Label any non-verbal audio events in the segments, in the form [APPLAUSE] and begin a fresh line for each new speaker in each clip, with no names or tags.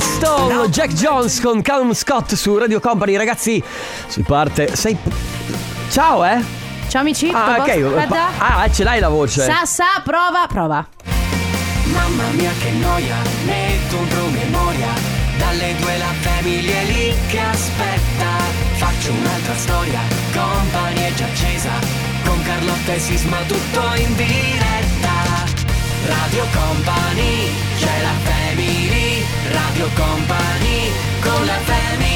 sono Jack Jones con Calum Scott su Radio Company, ragazzi. Si parte. Sei. Ciao, eh?
Ciao amici,
Ah,
tutto a
ok.
posto? Aspetta.
Pa- ah, ce l'hai la voce.
Sa, sa, prova, prova.
Mamma mia che noia, metto un promemoria Dalle due la famiglia è lì che aspetta Faccio un'altra storia, company è già accesa Con Carlotta e Sisma tutto in diretta Radio Company, c'è la family Radio Company, con la family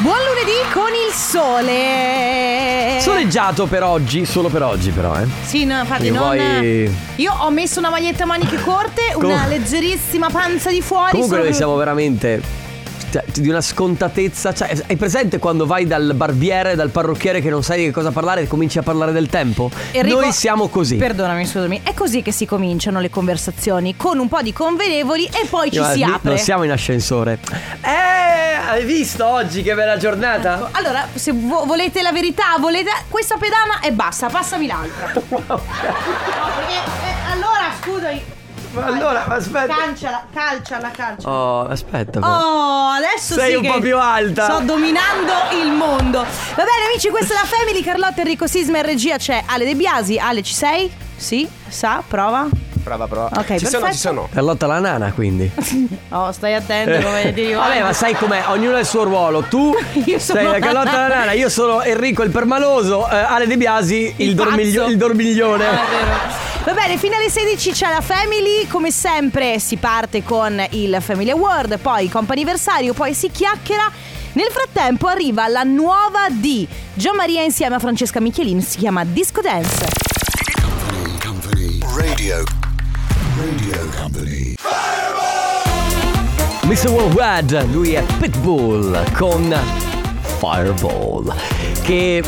Buon lunedì con il
Eh.
sole.
Soleggiato per oggi, solo per oggi, però, eh.
Sì, no, infatti
Mi
non.
vuoi-
Io ho messo una maglietta a maniche corte,
Com-
una leggerissima panza di fuori.
Comunque
sono
noi
venuta-
siamo veramente cioè, di una scontatezza. Cioè, hai presente quando vai dal barbiere, dal parrucchiere che non sai di che cosa parlare e cominci a parlare del tempo?
Enrico-
noi siamo così.
Perdonami, scusami. È così che si cominciano le conversazioni, con un po' di convenevoli e poi ci
Ma
si
lì
apre.
eh, Non siamo in ascensore. Eh, hai visto oggi che bella giornata?
Ecco, Allora, se vo- volete la verità, volete questa pedana è bassa, passami
[LAUGHS]
l'altra. no, perché eh, allora scusami.
Eh, Ma allora, ma aspetta.
Calciala, calciala, calciala.
Oh, aspetta. però.
Oh, adesso
Certo. Sei
sì
un
che
po' più alta.
Sto dominando il mondo. Va bene, amici, questa è la Family Carlotta Enrico Sisma in regia c'è Ale De Biasi. Ale, ci sei? Sì, sa, prova.
Brava, brava.
Ok,
ci sono,
perfetto.
ci sono.
Carlotta la nana, quindi.
Oh, stai attento come ti rivolgo.
Eh.
[LAUGHS]
Vabbè, ma sai com'è? Ognuno ha il suo ruolo. Tu
Io sono
sei la
la
Carlotta la
nana.
nana, io sono Enrico il permaloso, eh, Ale De Biasi il,
Il pazzo.
dormiglio- il dormiglione.
Ah, è vero. Va bene, fino alle 16 c'è la Family, come sempre si parte con il Family Award, poi il comp'anniversario, poi si chiacchiera. Nel frattempo arriva la nuova di Gian Maria insieme a Francesca Michelin, si chiama Disco Dance.
Radio. Radio Company.
Mr. Worldwide, lui è Pitbull con Fireball. Che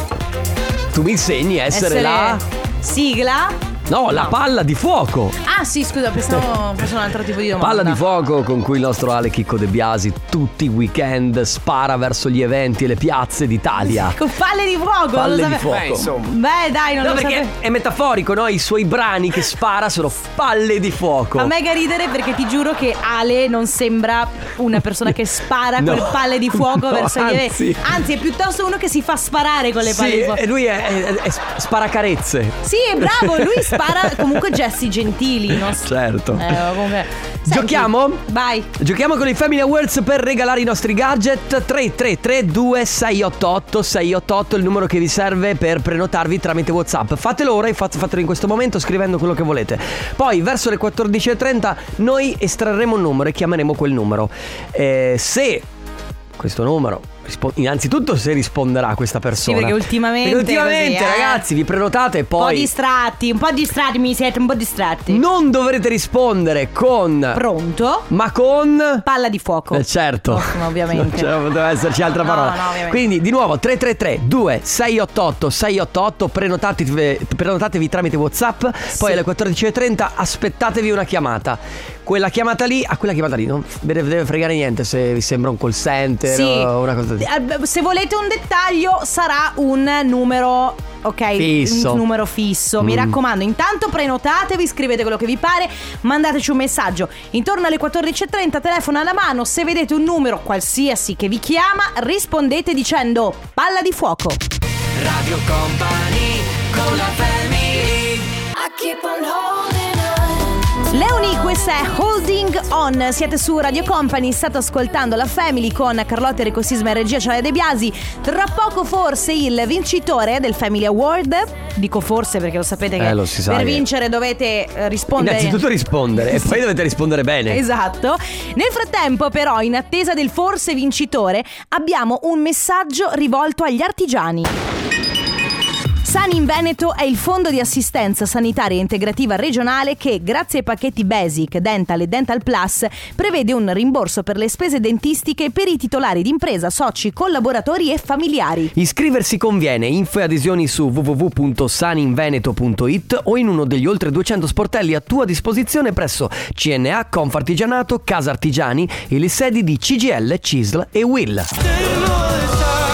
tu mi insegni a essere, la.
sigla.
No, la palla di fuoco.
Ah sì, scusa,
[LAUGHS]
pensavo fosse un altro tipo di domanda.
Palla di fuoco con cui il nostro Ale Chicco De Biasi tutti i weekend spara verso gli eventi e le piazze d'Italia.
Con palle di fuoco,
Palle
non lo
di
sapevo.
fuoco.
Eh, insomma.
Beh, dai, non
No,
lo sapevo.
perché è metaforico, no? I suoi brani che spara sono palle di fuoco.
Fa mega ridere perché ti giuro che Ale non sembra una persona che spara
[LAUGHS] No.
con palle di
[LAUGHS]
fuoco
No,
verso gli
anzi.
eventi. Anzi, è piuttosto uno che si fa sparare con le palle
Sì, eh.
di fuoco.
e lui è, è- è sparacarezze.
Sì, è bravo, lui spara comunque gesti gentili, non so.
[LAUGHS] Certo.
Eh, comunque. Senti,
Giochiamo?
Vai.
Giochiamo con i Family Awards per regalare i nostri gadget 333 2688 688 il numero che vi serve per prenotarvi tramite Whatsapp. Fatelo ora e fat- fatelo in questo momento scrivendo quello che volete. Poi verso le 14.30 noi estrarremo un numero e chiameremo quel numero. Eh, se questo numero rispo- innanzitutto se risponderà questa persona.
perché ultimamente
Perché ultimamente
così, eh.
ragazzi vi prenotate e
Un po'
poi
distratti, un po' distratti, mi siete un po' distratti.
non dovrete rispondere con
Pronto?
ma con
Palla di fuoco.
Eh, certo.
Ecco. Ottimo, ovviamente.
[LAUGHS] Non c'era- poteva esserci altra
No,
parola.
no, ovviamente.
Quindi di nuovo 333 2688 688 prenotatevi, prenotatevi tramite WhatsApp, poi alle 14:30 aspettatevi una chiamata. Quella chiamata lì, a quella chiamata lì non ve ne deve fregare niente se vi sembra un call center
Sì.
o una cosa del
Eh, beh, Se volete un dettaglio, sarà un numero. Ok,
Fisso.
un numero fisso. Mi
Mm.
raccomando, intanto prenotatevi, scrivete quello che vi pare, mandateci un messaggio. Intorno alle 14.30, telefono alla mano. Se vedete un numero qualsiasi che vi chiama, rispondete dicendo palla di fuoco.
Radio Company, con la family
Leoni, questa è Holding On. Siete su Radio Company, state ascoltando la Family con Carlotta Enrico Sisma e regia Ciale De Biasi. Tra poco forse il vincitore del Family Award. Dico forse perché lo sapete che
Eh, lo si sa
per
che-
vincere dovete eh, rispondere.
Innanzitutto rispondere e poi dovete rispondere bene.
Esatto. Nel frattempo, però, in attesa del forse vincitore, abbiamo un messaggio rivolto agli artigiani. Sani in Veneto è il fondo di assistenza sanitaria integrativa regionale che, grazie ai pacchetti Basic, Dental e Dental Plus, prevede un rimborso per le spese dentistiche per i titolari d'impresa, soci, collaboratori e familiari.
Iscriversi conviene, info e adesioni su www.saninveneto.it o in uno degli oltre 200 sportelli a tua disposizione presso CNA, Confartigianato, Casa Artigiani e le sedi di CGL, CISL e WILL.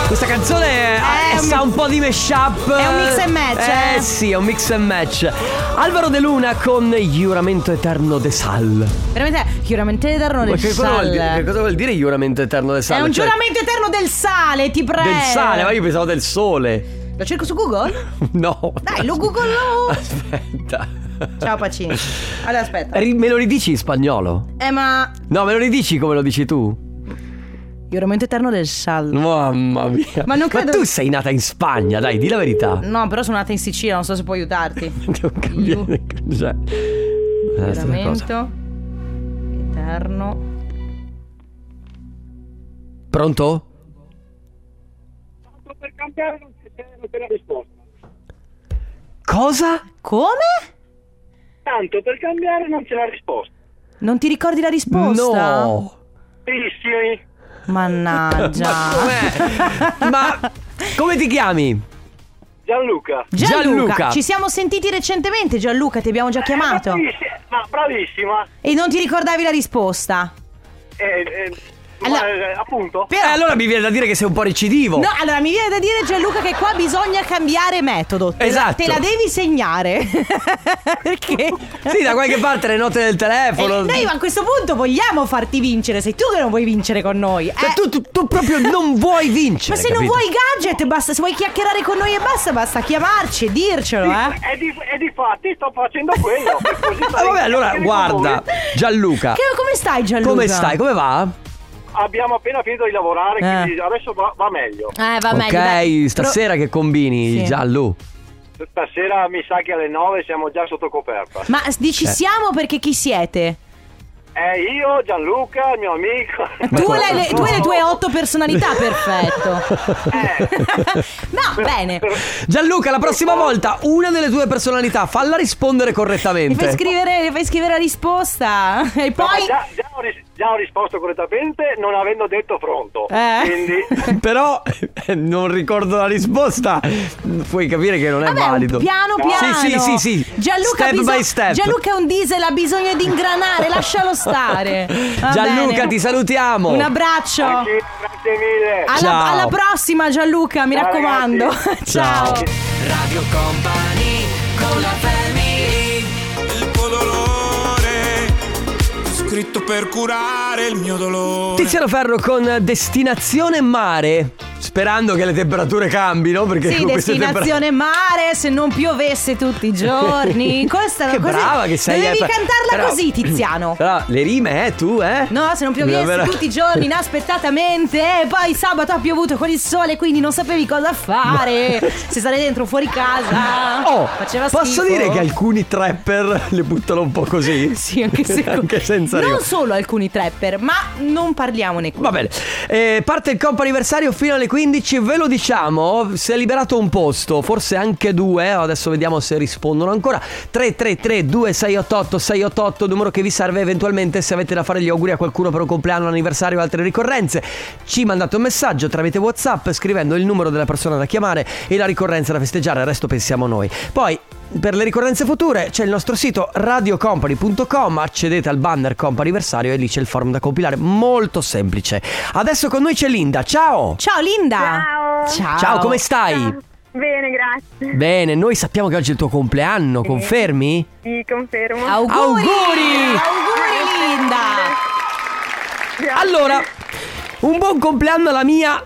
Questa canzone è- eh,
È un
sa
mix-
un po' di mashup.
È un mix and match,
Eh,
eh.
sì, è un mix and match. Alvaro De Luna con Giuramento Eterno de Sal.
Veramente, chiaramente eterno
Ma
del
che cosa, vuol dire, che
sale.
cosa vuol dire Giuramento Eterno de Sal?
È un
Cioè,
giuramento eh. eterno del sale, ti prego.
Del sale, ma io pensavo del sole. [LAUGHS]
Lo cerco su Google?
No.
Dai, lo Google.
[LAUGHS] Aspetta. [LAUGHS]
Ciao Pacini. Allora, aspetta.
Ri- Me lo ridici in spagnolo?
Eh, ma.
No, me lo ridici come lo dici tu?
Giuramento eterno del sale.
Mamma mia.
Ma non credo-
tu sei nata in Spagna, dai, di la verità.
No, però sono nata in Sicilia, non so se può aiutarti.
Devo cambiare. Cioè. Adesso una cosa.
Giuramento eterno.
Pronto?
per cambiare non c'è, non c'è la risposta.
Cosa?
Come?
Tanto per cambiare non c'è la risposta.
Non ti ricordi la risposta?
No.
Bellissimi.
Mannaggia.
Com'è?
[LAUGHS]
Ma come ti chiami?
Gianluca.
Gianluca,
Gianluca.
ci siamo sentiti recentemente, Gianluca, ti
Eh,
abbiamo già chiamato.
Bravissi- Ma bravissima.
E non ti ricordavi la risposta.
Eh, eh, ma,
Allora-
eh, appunto.
Eh, allora mi viene da dire che sei un po' recidivo.
No, allora mi viene da dire Gianluca che qua bisogna cambiare metodo. Te la-
Esatto.
Te la devi segnare. [LAUGHS] Perché?
Sì, da qualche parte le note del
Eh,
telefono.
noi a questo punto vogliamo farti vincere, sei tu che non vuoi vincere con noi.
Cioè,
eh.
tu, tu- tu proprio non vuoi vincere.
Ma se non
capito?
vuoi gadget, basta, se vuoi chiacchierare con noi e basta, basta chiamarci e dircelo, eh.
E di, e di fatti sto facendo
[LAUGHS]
quello. per così
Ah, vabbè, allora
fare
guarda,
con
Gianluca.
Che- come stai Gianluca?
Come stai? Come va?
voi. Abbiamo appena finito di lavorare,
Eh.
quindi adesso va, va meglio.
Eh, va meglio.
ok,
dai.
stasera che combini,
Sì.
Giallo?
Stasera mi sa che alle 9 siamo già sotto coperta.
Ma s- dici
Eh.
siamo perché chi siete?
Eh, io, Gianluca, il mio amico.
Tu e le, tu e le tue otto
[LAUGHS]
personalità, perfetto. [LAUGHS]
Eh,
no, bene.
Gianluca, la prossima
Oh.
volta una delle tue personalità, falla rispondere
Mi fai
correttamente.
scrivere, mi fai scrivere la risposta. [LAUGHS] E
No, ma
poi.
già, già ho ris- già ho risposto correttamente non avendo detto pronto.
Eh. [LAUGHS]
Quindi
Però eh, non ricordo la risposta. Puoi capire che non è
Vabbè, un
valido.
piano
No.
piano.
Sì, sì, sì, sì.
Gianluca,
Step
ha biso-
by step.
Gianluca è un diesel, ha bisogno di ingranare,
[LAUGHS]
lascialo stare. Va
Gianluca,
bene.
ti salutiamo.
Un abbraccio.
anche- grazie mille.
Alla,
Ciao.
alla prossima, Gianluca, mi
Ciao,
raccomando.
ragazzi.
Ciao.
[LAUGHS] Ciao.
Radio Company con la family
il tuo dolore, scritto per curare il mio dolore.
Tiziano Ferro con destinazione mare. Sperando che le temperature cambino. Perché
Sì,
con queste temperature.
destinazione mare, se non piovesse tutti
[LAUGHS]
i giorni. Questa
Che
così-
brava che sei.
Dovevi
eh, però-
cantarla
però-
così, Tiziano.
[CLEARS THROAT] Però le rime, eh, tu, eh?
No, se non piovesse
Davvero-
tutti i giorni inaspettatamente e poi sabato ha piovuto con il sole, quindi non sapevi cosa fare. se stare dentro o fuori casa.
Oh,
faceva
posso
schifo.
dire che alcuni trapper le buttano un po' così?
[LAUGHS] Sì, anche, se...
[LAUGHS] Anche senza
Non
rima.
solo alcuni trapper, ma non parliamone qui.
Va bene, Eh, parte il comp anniversario fino alle 15, ve lo diciamo, si è liberato un posto, forse anche due, eh, adesso vediamo se rispondono ancora. 333 2688 688, numero che vi serve eventualmente se avete da fare gli auguri a qualcuno per un compleanno, un anniversario o altre ricorrenze. Ci mandate un messaggio tramite Whatsapp scrivendo il numero della persona da chiamare e la ricorrenza da festeggiare, il resto pensiamo noi. Poi per le ricorrenze future c'è il nostro sito radiocompany.com, accedete al banner Comp Anniversario e lì c'è il forum da compilare, molto semplice. Adesso con noi c'è Linda, ciao!
Ciao Linda.
Ciao.
Ciao.
Ciao, come stai?
Bene, grazie.
Bene, noi sappiamo che oggi è il tuo compleanno, confermi?
Sì, confermo.
Auguri.
Auguri.
Auguri, Linda.
Grazie.
Allora, un buon compleanno alla mia,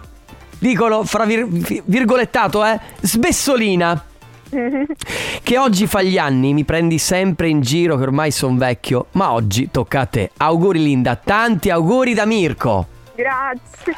dicono fra vir- vi- virgolettato, eh, sbessolina. Che oggi fa gli anni, mi prendi sempre in giro che ormai sono vecchio, ma oggi tocca a te. Auguri Linda, tanti auguri da Mirko.
Grazie.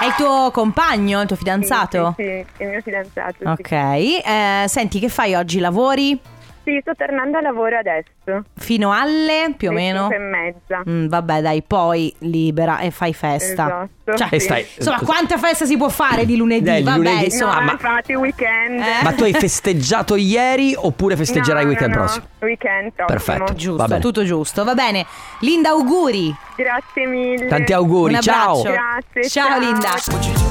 È il tuo compagno, il tuo fidanzato?
Sì, sì, sì, il mio fidanzato. sì.
Ok, eh, senti che fai oggi? Lavori
Sì, sto tornando al lavoro adesso.
fino alle più o
alle
meno?
cinque e mezza.
Mm, vabbè dai, poi libera e fai festa.
Esatto.
Cioè,
E stai.
Insomma, quanta festa si può fare di lunedì?
Dai,
vabbè,
lunedì-
insomma.
no,
ma-
infatti weekend.
Eh?
Ma tu
[LAUGHS]
hai festeggiato ieri oppure festeggerai il
No,
weekend
no, no,
prossimo?
Weekend prossimo.
Perfetto. va
Giusto,
bene.
tutto giusto. Va bene. Linda, auguri.
Grazie mille.
Tanti auguri,
Un
ciao.
abbraccio.
Grazie,
Ciao,
ciao.
Linda.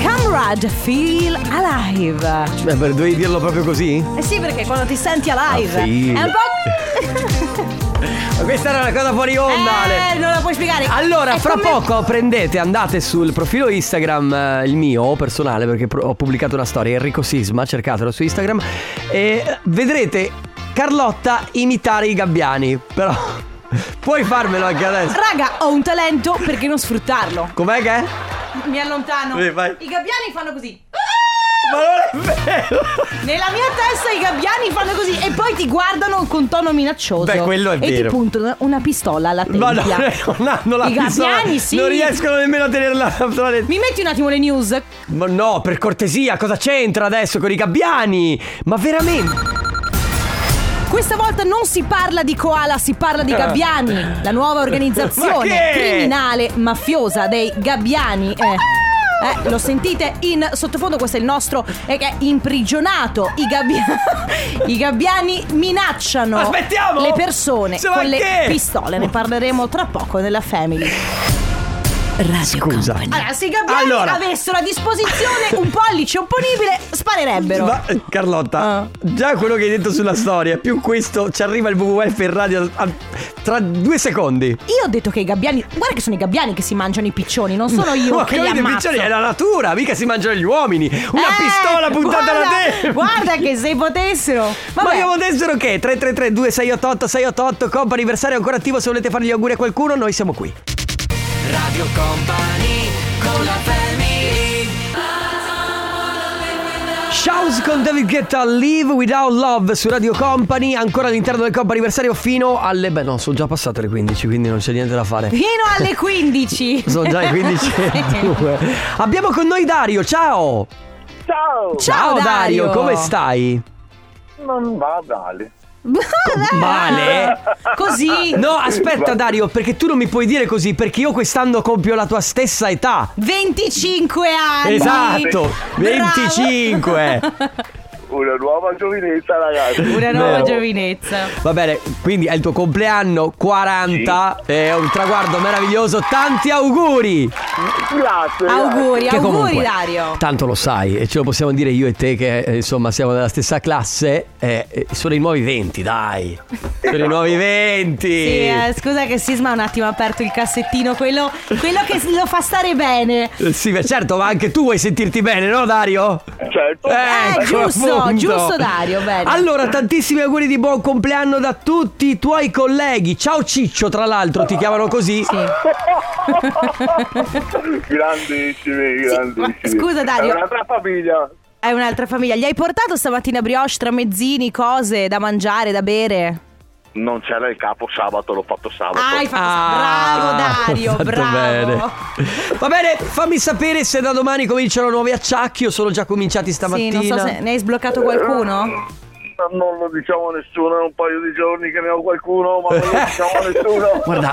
Come Brad, Feel Alive.
Beh, Eh, per- dovevi dirlo proprio così?
Eh sì, perché quando ti senti alive
Ah, feel.
è un po'.
Ma questa era una cosa fuori onda, Ale.
eh, non la puoi spiegare.
Allora,
È
fra
come-
poco prendete, andate sul profilo Instagram, eh, il mio personale, perché pro- ho pubblicato una storia, Enrico Sisma, cercatelo su Instagram, e vedrete Carlotta imitare i gabbiani. Però [LAUGHS] puoi farmelo anche adesso.
Raga, ho un talento perché non sfruttarlo.
Com'è che è?
Mi allontano.
Sì, vai.
I gabbiani fanno così.
Ma non è vero!
Nella mia testa i gabbiani fanno così e poi ti guardano con tono minaccioso.
Beh, quello è
e
vero.
ti puntano una pistola alla tempia.
Ma [LAUGHS] no, non hanno la
I
pistola.
gabbiani, sì.
Non riescono nemmeno a tenerla tra le-
Mi metti un attimo le news?
Ma no, per cortesia, cosa c'entra adesso con i gabbiani? Ma veramente?
Questa volta non si parla di koala, si parla di gabbiani. La nuova
Ah. [LAUGHS] Ma
organizzazione
che?
criminale mafiosa dei gabbiani. Eh. Eh, lo sentite in sottofondo, questo è il nostro eh, che è imprigionato. I, gabbia- [LAUGHS] I gabbiani minacciano
Aspettiamo!
le persone
Sì, ma
con le
che?
pistole. Ne parleremo tra poco nella family.
Scusa.
Allora, se i gabbiani
Allora.
avessero a disposizione un pollice opponibile, sparerebbero.
Ma eh, Carlotta,
Ah.
già quello che hai detto sulla storia, più questo ci arriva il WWF in radio a- tra due secondi.
Io ho detto che i gabbiani. Guarda che sono i gabbiani che si mangiano i piccioni, non sono
[LAUGHS]
io
Ma
che li
capite,
ammazzo.
piccioni, è la natura, mica si mangiano gli uomini. Una
Eh,
pistola puntata
guarda,
alla te.
Guarda che
[LAUGHS]
se potessero. Vabbè.
Ma che potessero che? 333 2688 688 Compa anniversario ancora attivo, se volete fare gli auguri a qualcuno, noi siamo qui.
Radio Company con la family
Shouse con David Guetta Live Without Love su Radio Company, ancora all'interno del Compa anniversario fino alle Beh, no, sono già passate le 15, quindi non c'è niente da fare.
Fino alle 15.
Sono già le
[LAUGHS]
15.02. Abbiamo con noi Dario, ciao!
Ciao!
Ciao,
Dario.
Dario.
come
[LAUGHS]
stai?
Non va male.
Male?
Così.
No, aspetta Dario, perché tu non mi puoi dire così, perché io quest'anno compio la tua stessa età.
25 anni.
Esatto,
Bravo.
25.
Una nuova giovinezza, ragazzi.
Una nuova
Vero.
giovinezza.
Va bene, quindi è il tuo compleanno 40, è un traguardo meraviglioso, tanti auguri!
Grazie.
Auguri,
Che
auguri
comunque,
Dario.
Tanto lo sai, e ce lo possiamo dire io e te che eh, insomma siamo della stessa classe, eh, eh, sono i nuovi 20, dai. Sono i nuovi 20.
Sì, eh, scusa che Sisma ha un attimo aperto il cassettino, quello, quello che lo fa stare bene.
Eh, Sì, beh, certo, ma anche tu vuoi sentirti bene, no Dario?
Certo.
Ecco,
Eh, giusto,
appunto.
giusto, Dario, bene.
Allora, tantissimi auguri di buon compleanno da tutti i tuoi colleghi. Ciao Ciccio, tra l'altro, ti chiamano così.
Sì.
[LAUGHS] Grandissimi, grandissimi.
ma scusa, Dario.
È un'altra famiglia.
È un'altra famiglia. Gli hai portato stamattina brioche, tramezzini, cose da mangiare, da bere?
Non c'era il capo sabato, l'ho fatto sabato.
Ah, hai fatto.
[LAUGHS]
bravo
Ah,
Dario,
fatto
bravo.
bene. Va bene, fammi sapere se da domani cominciano nuovi acciacchi o sono già cominciati
Sì,
stamattina.
non so
[LAUGHS]
se ne hai sbloccato qualcuno.
Non lo diciamo a nessuno, è un paio di giorni che ne ho qualcuno, ma non lo diciamo
[LAUGHS]
a nessuno.
Guarda,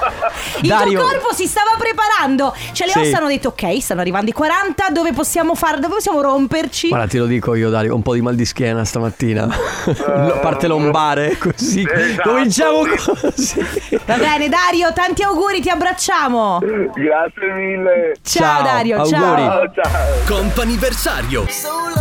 Il
Dario,
tuo corpo si stava preparando. Cioè, le
Sì.
ossa hanno detto: Ok, stanno arrivando i 40, dove possiamo fare? Dove possiamo romperci?
guarda, te lo dico io, Dario, ho un po' di mal di schiena stamattina.
Eh,
Lo- Parte lombare, così.
Esatto.
Cominciamo così.
Va bene, Dario, tanti auguri, ti abbracciamo. Ciao,
Grazie mille.
Dario,
auguri.
ciao.
Ciao, ciao.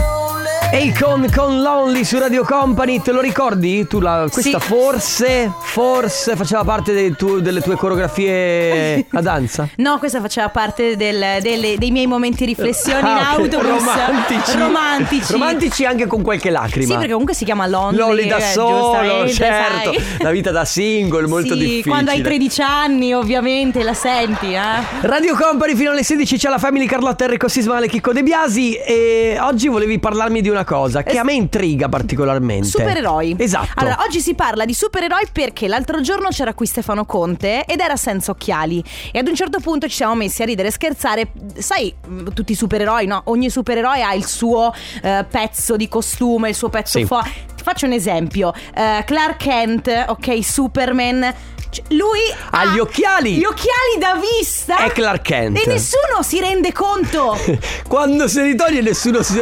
Akon con Lonely su Radio Company, te lo ricordi? Tu la, questa
Sì.
forse, forse faceva parte dei tu- delle tue coreografie a danza?
No, questa faceva parte del- delle- dei miei momenti riflessioni in
Ah, ok.
autobus.
Romantici.
Romantici.
Romantici anche con qualche lacrima.
Sì, perché comunque si chiama Lonely.
Lolli da
eh,
solo,
giustamente,
certo.
sai.
La vita da single, molto
sì,
difficile.
quando hai 13 anni ovviamente la senti, eh?
Radio Company fino alle 16 c'è la Family Carlotta Enrico Sismale Chicco De Biasi e oggi volevi parlarmi di una cosa che a me intriga particolarmente.
Supereroi.
Esatto.
Allora, oggi si parla di supereroi perché l'altro giorno c'era qui Stefano Conte ed era senza occhiali. E ad un certo punto ci siamo messi a ridere e scherzare. Sai, mh, tutti i supereroi, no? Ogni supereroe ha il suo eh, pezzo di costume, il suo pezzo
Sì.
fo- Ti faccio un esempio. Eh, Clark Kent, ok, Superman. c- Lui
Ha gli occhiali.
Gli occhiali da vista.
È Clark Kent.
E nessuno si
[LAUGHS]
rende conto.
[LAUGHS] Quando se li toglie nessuno si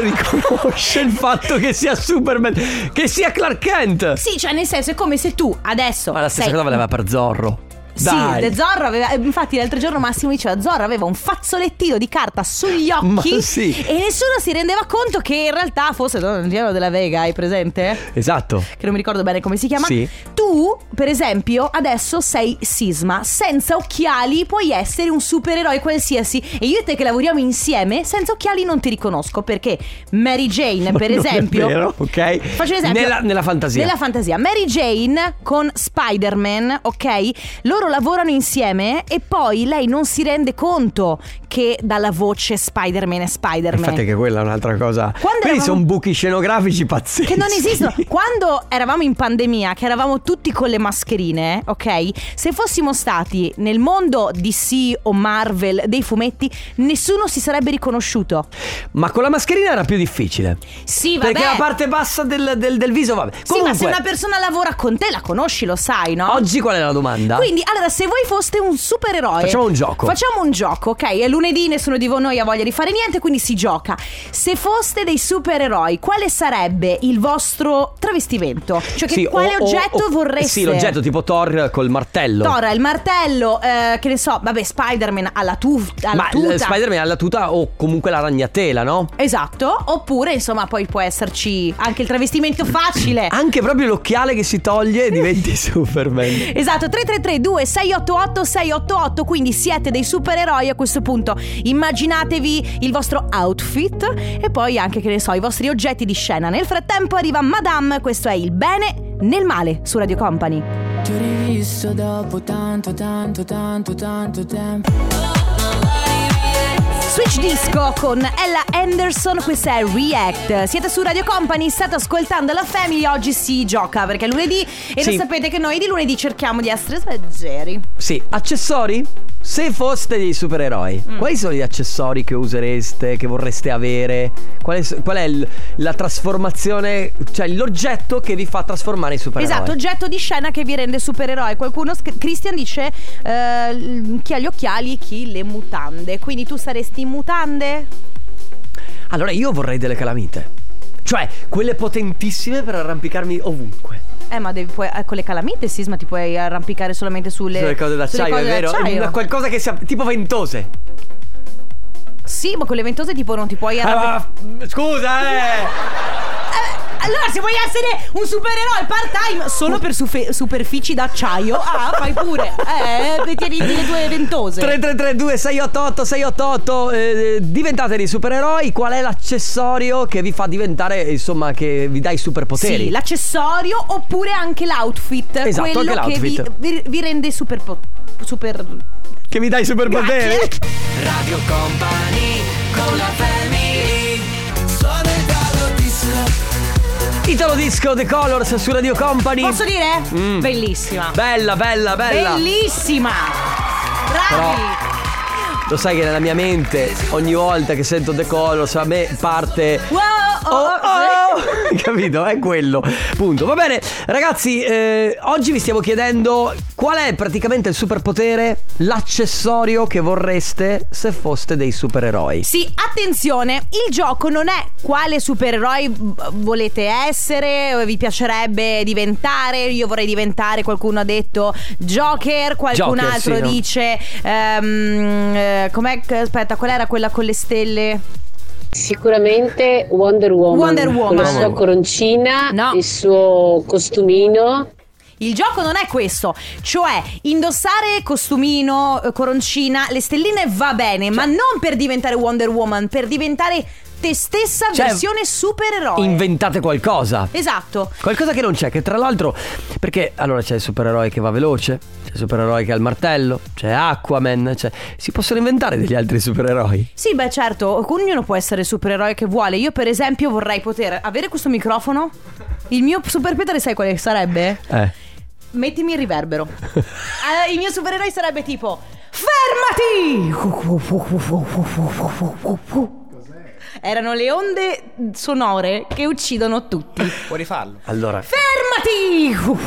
riconosce il fatto che sia Superman, che sia Clark Kent.
Sì, cioè nel senso è come se tu adesso
Ma la stessa
sei
cosa valeva per Zorro. Dai.
Sì, Zorro aveva. eh, Infatti, l'altro giorno Massimo diceva: Zorro aveva un fazzolettino di carta sugli occhi.
Ma sì.
E nessuno si rendeva conto che in realtà fosse Don Angelo della Vega, hai presente?
Esatto.
Che non mi ricordo bene come si chiama.
Sì.
Tu, per esempio, adesso sei sisma. Senza occhiali puoi essere un supereroe qualsiasi. E io e te che lavoriamo insieme, senza occhiali non ti riconosco. Perché Mary Jane, per
Non è
esempio.
vero, ok.
Faccio un esempio.
Nella- nella fantasia.
Nella fantasia. Mary Jane con Spider-Man, ok? Loro lavorano insieme e poi lei non si rende conto che dalla voce Spider-Man è Spider-Man.
Infatti che quella è un'altra cosa.
Quando
Quelli
eravamo-
sono buchi scenografici pazzeschi. [LAUGHS]
Che non esistono. Quando eravamo in pandemia, che eravamo tutti con le mascherine, ok? Se fossimo stati nel mondo DC o Marvel dei fumetti, nessuno si sarebbe riconosciuto.
Ma con la mascherina era più difficile.
Sì, vabbè.
Perché la parte bassa del, del- del viso, vabbè.
Sì,
Comunque,
ma se una persona lavora con te, la conosci, lo sai, no?
oggi qual è la domanda?
Quindi, allora, se voi foste un supereroe,
Facciamo un gioco.
Facciamo un gioco, ok? È lunedì, nessuno di voi noi ha voglia di fare niente, quindi si gioca. Se foste dei supereroi, quale sarebbe il vostro travestimento? Cioè, che,
Sì, o-
quale
o-
oggetto
o-
vorreste?
Sì, l'oggetto tipo Thor col martello.
Tora, il martello, eh, che ne so, vabbè, Spider-Man alla, tuf- alla
Ma l-
tuta.
Spider-Man ha la tuta o comunque la ragnatela, no?
Esatto, oppure insomma poi può esserci anche il travestimento facile.
Anche proprio l'occhiale che si toglie e
[LAUGHS]
diventi Superman.
Esatto, 333-2688-688, quindi siete dei supereroi a questo punto. Immaginatevi il vostro outfit e poi anche, che ne so, i vostri oggetti di scena. Nel frattempo arriva Madame, questo è il bene nel male su Radio Company.
Ti ho rivisto dopo tanto, tanto, tanto, tanto tempo.
Switch Disco con Ella Anderson, questa è React. Siete su Radio Company, state ascoltando la Family, oggi si gioca perché è lunedì e
Sì.
lo sapete che noi di lunedì cerchiamo di essere leggeri.
Sì, accessori? Se foste dei supereroi,
Mm.
quali sono gli accessori che usereste, che vorreste avere? Qual è, qual è il- la trasformazione, cioè l'oggetto che vi fa trasformare in supereroi?
Esatto, oggetto di scena che vi rende supereroe. Qualcuno, sc- Christian dice eh, l- chi ha gli occhiali, chi le mutande. Quindi tu saresti in mutande?
Allora io vorrei delle calamite, cioè quelle potentissime per arrampicarmi ovunque.
Eh, ma devi, puoi, eh, con le calamite, Sisma, ti puoi arrampicare solamente sulle,
Sulle cose d'acciaio,
sulle cose
è vero?
d'acciaio.
Una- Qualcosa che sia tipo ventose.
Sì, ma con le ventose tipo non ti puoi
Ah,
arrampicare.
ma- scusa, eh!
Eh, Allora, se vuoi essere un supereroe part-time solo per sufe- superfici d'acciaio, ah, fai pure. Eh, tieni le tue ventose.
3332 688 688 eh, diventate dei supereroi qual è l'accessorio che vi fa diventare insomma che vi dà i superpoteri
Sì, l'accessorio oppure anche l'outfit.
Esatto,
quello
anche
che vi,
l'outfit.
vi- vi rende super. po- super.
che vi dà i superpoteri
Radio Company con la family Sono il Galodis
Italo Disco The Colors su Radio Company
Posso dire? Bellissima.
bella bella Mm. bella
Bellissima. Bravi.
lo sai che nella mia mente ogni volta che sento The Colors a me parte
Wow, oh,
Oh,
oh.
oh. [LAUGHS] Capito? È quello. Punto. Va bene, ragazzi, eh, oggi vi stiamo chiedendo qual è praticamente il superpotere, l'accessorio che vorreste se foste dei supereroi.
Sì, attenzione, il gioco non è quale supereroi v- volete essere, o vi piacerebbe diventare, io vorrei diventare, qualcuno ha detto Joker, qualcun
Joker,
altro
sì, no?
dice... ehm, eh, com'è che- aspetta, qual era quella con le stelle?
Sicuramente Wonder Woman.
Wonder Woman.
Con la sua coroncina,
No.
il suo costumino.
Il gioco non è questo, cioè indossare costumino, eh, coroncina, le stelline va bene, ma
Cioè
non per diventare Wonder Woman, per diventare te stessa
Cioè,
versione supereroe.
Inventate qualcosa.
esatto.
Qualcosa che non c'è, che tra l'altro. Perché allora c'è il supereroe che va veloce, c'è il supereroe che ha il martello, c'è Aquaman, c'è... si possono inventare degli altri supereroi.
Sì, beh certo, ognuno può essere il supereroe che vuole. Io per esempio vorrei poter avere questo microfono. Il mio superpotere sai quale sarebbe?
Eh.
Mettimi il riverbero. Eh, il mio supereroe sarebbe tipo Fermati! Erano le onde sonore che uccidono tutti.
Allora,
Fermati!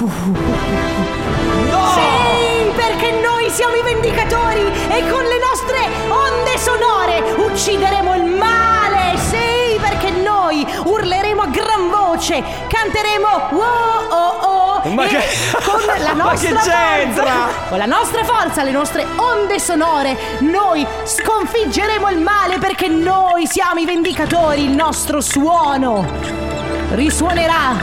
Sì, perché noi siamo i vendicatori e con le nostre onde sonore uccideremo il male! Sì, perché noi urleremo a gran voce, canteremo wow oh oh
Ma
e
che- [LAUGHS]
con la
Ma che
nostra
c'entra?
forza, con la nostra forza, le nostre onde sonore, noi sconfiggeremo il male perché noi siamo i vendicatori, il nostro suono risuonerà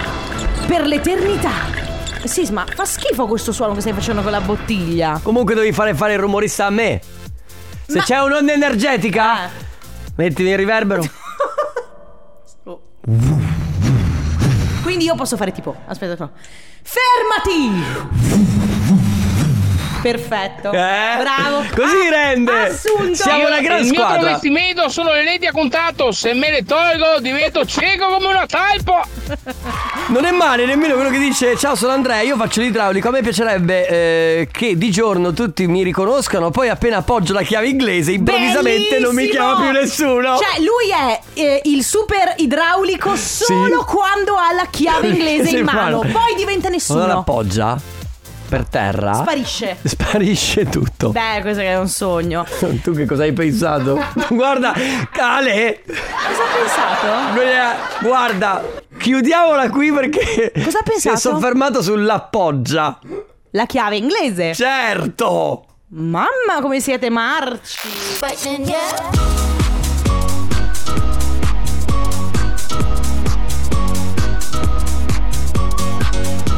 per l'eternità. Sisma, fa schifo questo suono che stai facendo con la bottiglia.
Comunque devi fare fare il rumorista a me. Se
Ma- Ah.
c'è un'onda energetica, mettimi il riverbero.
Quindi io posso fare tipo, aspetta, no. fermati! Perfetto.
Eh?
[LAUGHS] Bravo.
Così
Ah,
rende.
Assunto.
Siamo una gran squadra.
travestimento sono le lenti a contatto. Se me le tolgo divento cieco come una talpa.
Non è male nemmeno quello che dice Ciao sono Andrea, io faccio l'idraulico A me piacerebbe eh, che di giorno tutti mi riconoscano Poi appena appoggio la chiave inglese Improvvisamente non mi
Bellissimo!
chiama più nessuno
Cioè, lui è eh, il super idraulico solo
Sì.
quando ha la chiave inglese in mano. Poi diventa nessuno.
Allora appoggia per terra
Sparisce.
Sparisce tutto
Beh, questo è un sogno.
[LAUGHS] Tu che cosa hai pensato? [LAUGHS] Guarda Ale
Cosa ha pensato?
non è- Guarda Chiudiamola qui perché
Cosa ha
Si è
pensato?
soffermato sull'appoggia
La chiave inglese.
Certo
Mamma, come siete marci.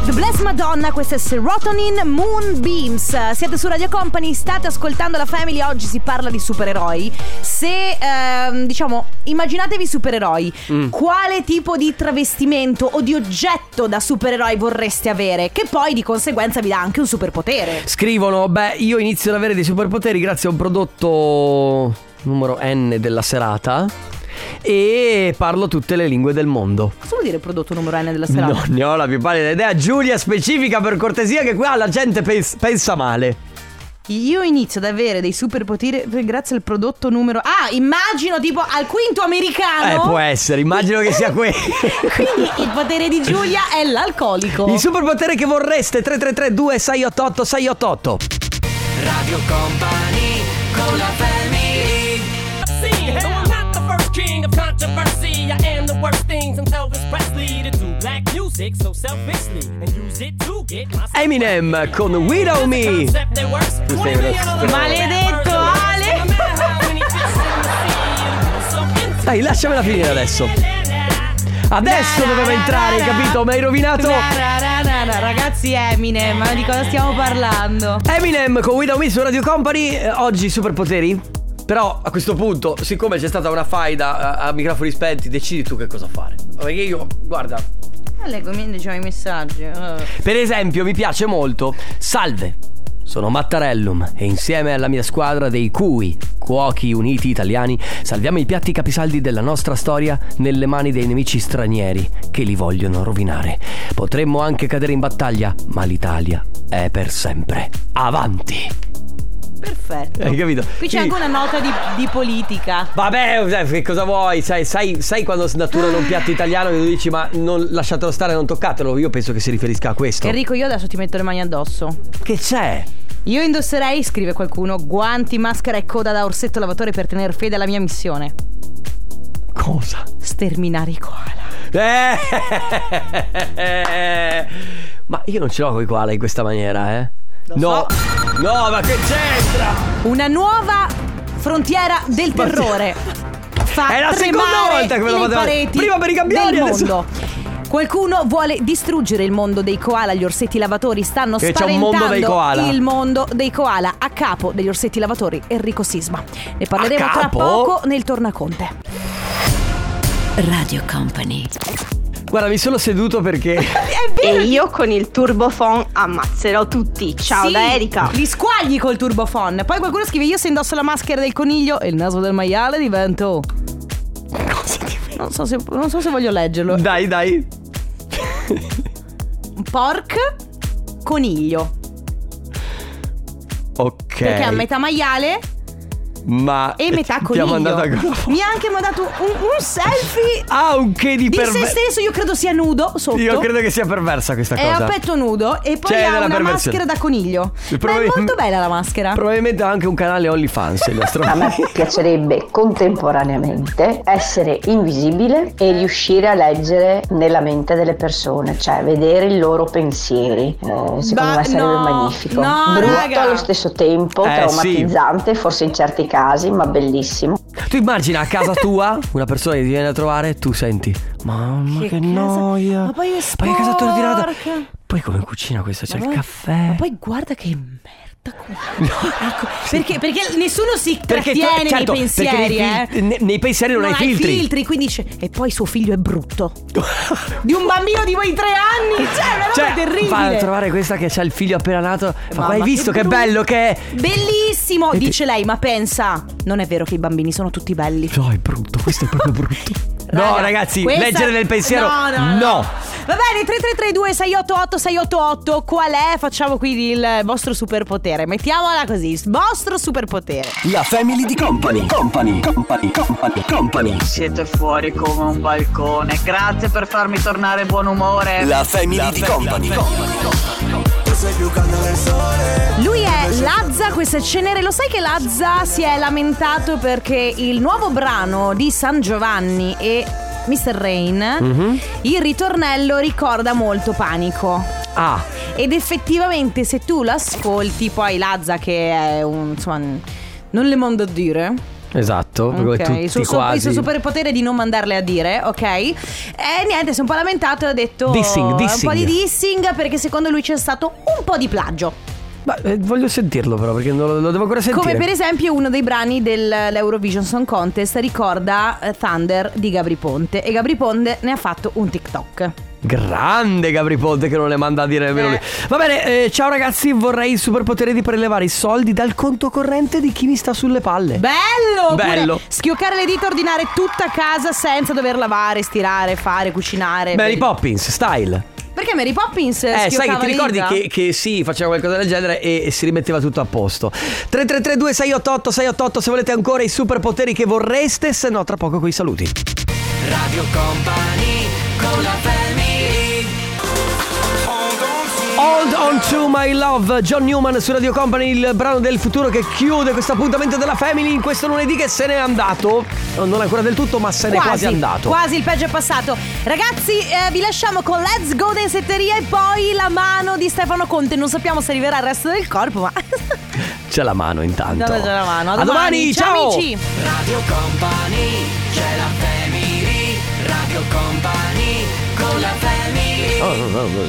The Bless Madonna, questa è Serotonin Moonbeams. Siete su Radio Company, state ascoltando la Family, oggi si parla di supereroi. Se, ehm, diciamo, immaginatevi supereroi, quale tipo di travestimento o di oggetto da supereroi vorreste avere? Che poi di conseguenza vi dà anche un superpotere.
Scrivono, beh, io inizio ad avere dei superpoteri grazie a un prodotto numero N della serata e parlo tutte le lingue del mondo.
Cosa vuol dire prodotto numero N della serata?
Non ne ho la più pallida idea. Giulia, specifica per cortesia che qua la gente pens- pensa male.
Io inizio ad avere dei superpoteri grazie al prodotto numero. Ah, immagino tipo al quinto
Eh,
americano.
può essere, immagino che sia quello.
Quindi il potere di Giulia è l'alcolico.
Il superpotere che vorreste 333 2688 688
Radio Company con la family See, I'm not the first king of controversy I am the worst thing since Elvis Presley To do black music so selfishly And use it to get my
Eminem con Widow Me
concept that works
Questo è
20 million
vero.
other
Maledetto
No
Ale. [LAUGHS]
matter how many chicks in the sea, so into
Dai, lasciamela finire adesso Adesso doveva entrare, hai capito? Mi hai rovinato
Na, na, na, na, Ragazzi, Eminem, ma di cosa stiamo parlando?
Eminem con Widow Me su Radio Company, eh, oggi superpoteri. Però a questo punto, siccome c'è stata una faida eh, a microfoni spenti, decidi tu che cosa fare. Perché io, guarda,
Leggo i messaggi. Oh,
per esempio mi piace molto Salve, sono Mattarellum e insieme alla mia squadra dei CUI, Cuochi Uniti Italiani, salviamo i piatti capisaldi della nostra storia nelle mani dei nemici stranieri che li vogliono rovinare. Potremmo anche cadere in battaglia, ma l'Italia è per sempre. Avanti!
Perfetto.
Hai capito?
Qui c'è
Quindi-
anche una nota di, di politica.
Vabbè, dai, che cosa vuoi? Sai, sai, sai quando snaturano un piatto italiano e tu dici ma non, lasciatelo stare, non toccatelo? Io penso che si riferisca a questo.
Enrico, io adesso ti metto le mani addosso.
che c'è?
Io indosserei, scrive qualcuno, guanti, maschera e coda da orsetto lavatore per tenere fede alla mia missione.
Cosa?
Sterminare i koala.
Eh! Ma io non ce l'ho con i koala in questa maniera, eh? No, no, ma che c'entra?
Una nuova frontiera del terrore. Fa
È la seconda
tremare
volta che me lo
le
fate-
pareti
prima per i gabbiani,
del
adesso-
mondo. Qualcuno vuole distruggere il mondo dei koala, gli orsetti lavatori stanno
Che c'è un
spaventando
mondo dei koala.
il mondo dei koala a capo degli orsetti lavatori Enrico Sisma. Ne parleremo tra
capo?
poco nel tornaconte.
Radio Company.
Guarda, mi sono seduto perché...
[LAUGHS]
E io con il turbofon ammazzerò tutti. Ciao
Sì,
da Erika.
Li squagli col turbofon. Poi qualcuno scrive: Io se indosso la maschera del coniglio e il naso del maiale divento. Non so se, non so se voglio leggerlo.
Dai, dai.
Pork coniglio.
Ok.
Perché a metà maiale
Ma
E metà
ti ha
coniglio.
mandato a gro-
Mi ha anche mandato un, un selfie
Anche di
di se
perver-
stesso, io credo sia nudo sotto.
Io credo che sia perversa questa
È
cosa.
a petto nudo e poi
C'è
ha
della
una
perversione.
maschera da coniglio. Ma è
probabil-
molto bella la maschera.
Probabilmente ha anche un canale OnlyFans il nostro amico.
piacerebbe contemporaneamente essere invisibile e riuscire a leggere nella mente delle persone, cioè vedere i loro pensieri. Eh, secondo
Ba-
me sarebbe
no,
magnifico.
no,
Brutto
raga.
allo stesso tempo,
Eh, sì.
traumatizzante, forse in certi casi, ma bellissimo.
Tu immagina a casa tua una persona che ti viene a trovare, tu senti, mamma che,
Che casa-
noia.
Ma poi è
a casa tua ordinata.
sporca."
Poi come cucina questa? C'è
Ma
il
poi-
caffè.
Ma poi guarda che merda. qua.
[LAUGHS]
Ecco, perché, perché nessuno si
Perché tu-
trattiene
certo,
nei pensieri,
perché nei, fil-
eh.
ne- nei pensieri non, hai filtri.
quindi dice, e poi suo figlio
[LAUGHS]
è brutto. di un bambino di quei tre anni, cioè, è una roba
Cioè,
terribile.
va a trovare questa che ha il figlio appena nato. Fa,
Mamma,
ma hai visto che,
brutto.
bello che è?
Bellissimo,
ti-
dice lei, ma pensa, non è vero che i bambini sono tutti belli.
No, è brutto, questo è proprio brutto. no,
[LAUGHS] Raga,
ragazzi,
questa-
leggere nel pensiero.
No, no, no. Va bene, 3332 688 688, qual è? Facciamo qui il vostro superpotere. Mettiamola così, il vostro superpotere.
La family di company, company, company, company, company.
Siete fuori come un balcone. Grazie per farmi tornare buon umore.
La family di company.
Lui è Lazza, questo è Cenere. Lo sai che Lazza si è lamentato perché il nuovo brano di San Giovanni e Mr. Rain,
Mhm.
il ritornello ricorda molto panico.
Ah,
Ed effettivamente se tu lo ascolti, poi Lazza che è un... insomma... Non le mando a dire,
esatto.
Ok,
Perché
il,
tutti
suo, suo-
quasi.
il suo superpotere di non mandarle a dire, ok? E niente, si è un po' lamentato e ha detto
Dissing, dissing.
un po' di dissing perché secondo lui c'è stato un po' di plagio.
Ma eh, voglio sentirlo, però, perché non lo, lo devo ancora sentire.
Come per esempio uno dei brani dell'Eurovision Song Contest ricorda eh, Thunder di Gabri Ponte e Gabri Ponte ne ha fatto un TikTok.
Grande Gabri Ponte che non le manda a dire nemmeno
Eh.
lui. Va bene, eh, ciao ragazzi, vorrei il superpotere di prelevare i soldi dal conto corrente di chi mi sta sulle palle.
Bello! Oppure
Bello.
schioccare le dita, ordinare tutta casa senza dover lavare, stirare, fare, cucinare.
Mary
Bell-
Poppins, style.
Perché Mary Poppins
Eh, sai che
schioccava
ti
le
ricordi
dita?
che, che sì, faceva qualcosa del genere e, e si rimetteva tutto a posto. 3332 688 688 se volete ancora i superpoteri che vorreste, se no tra poco coi saluti. Hold on to my love, John Newman su Radio Company, il brano del futuro che chiude questo appuntamento della Family in questo lunedì che se n'è andato. Non ancora del tutto, ma se n'è quasi, andato.
Quasi il peggio è passato. Ragazzi, eh, vi lasciamo con Let's Go Densetteria e poi la mano di Stefano Conte. Non sappiamo se arriverà il resto del corpo, ma. [LAUGHS]
C'è la mano intanto.
Dove c'è la mano?
A domani, ciao!
ciao amici!
Radio Company, c'è la family. Radio Company, con la family.
Oh, no, no, no.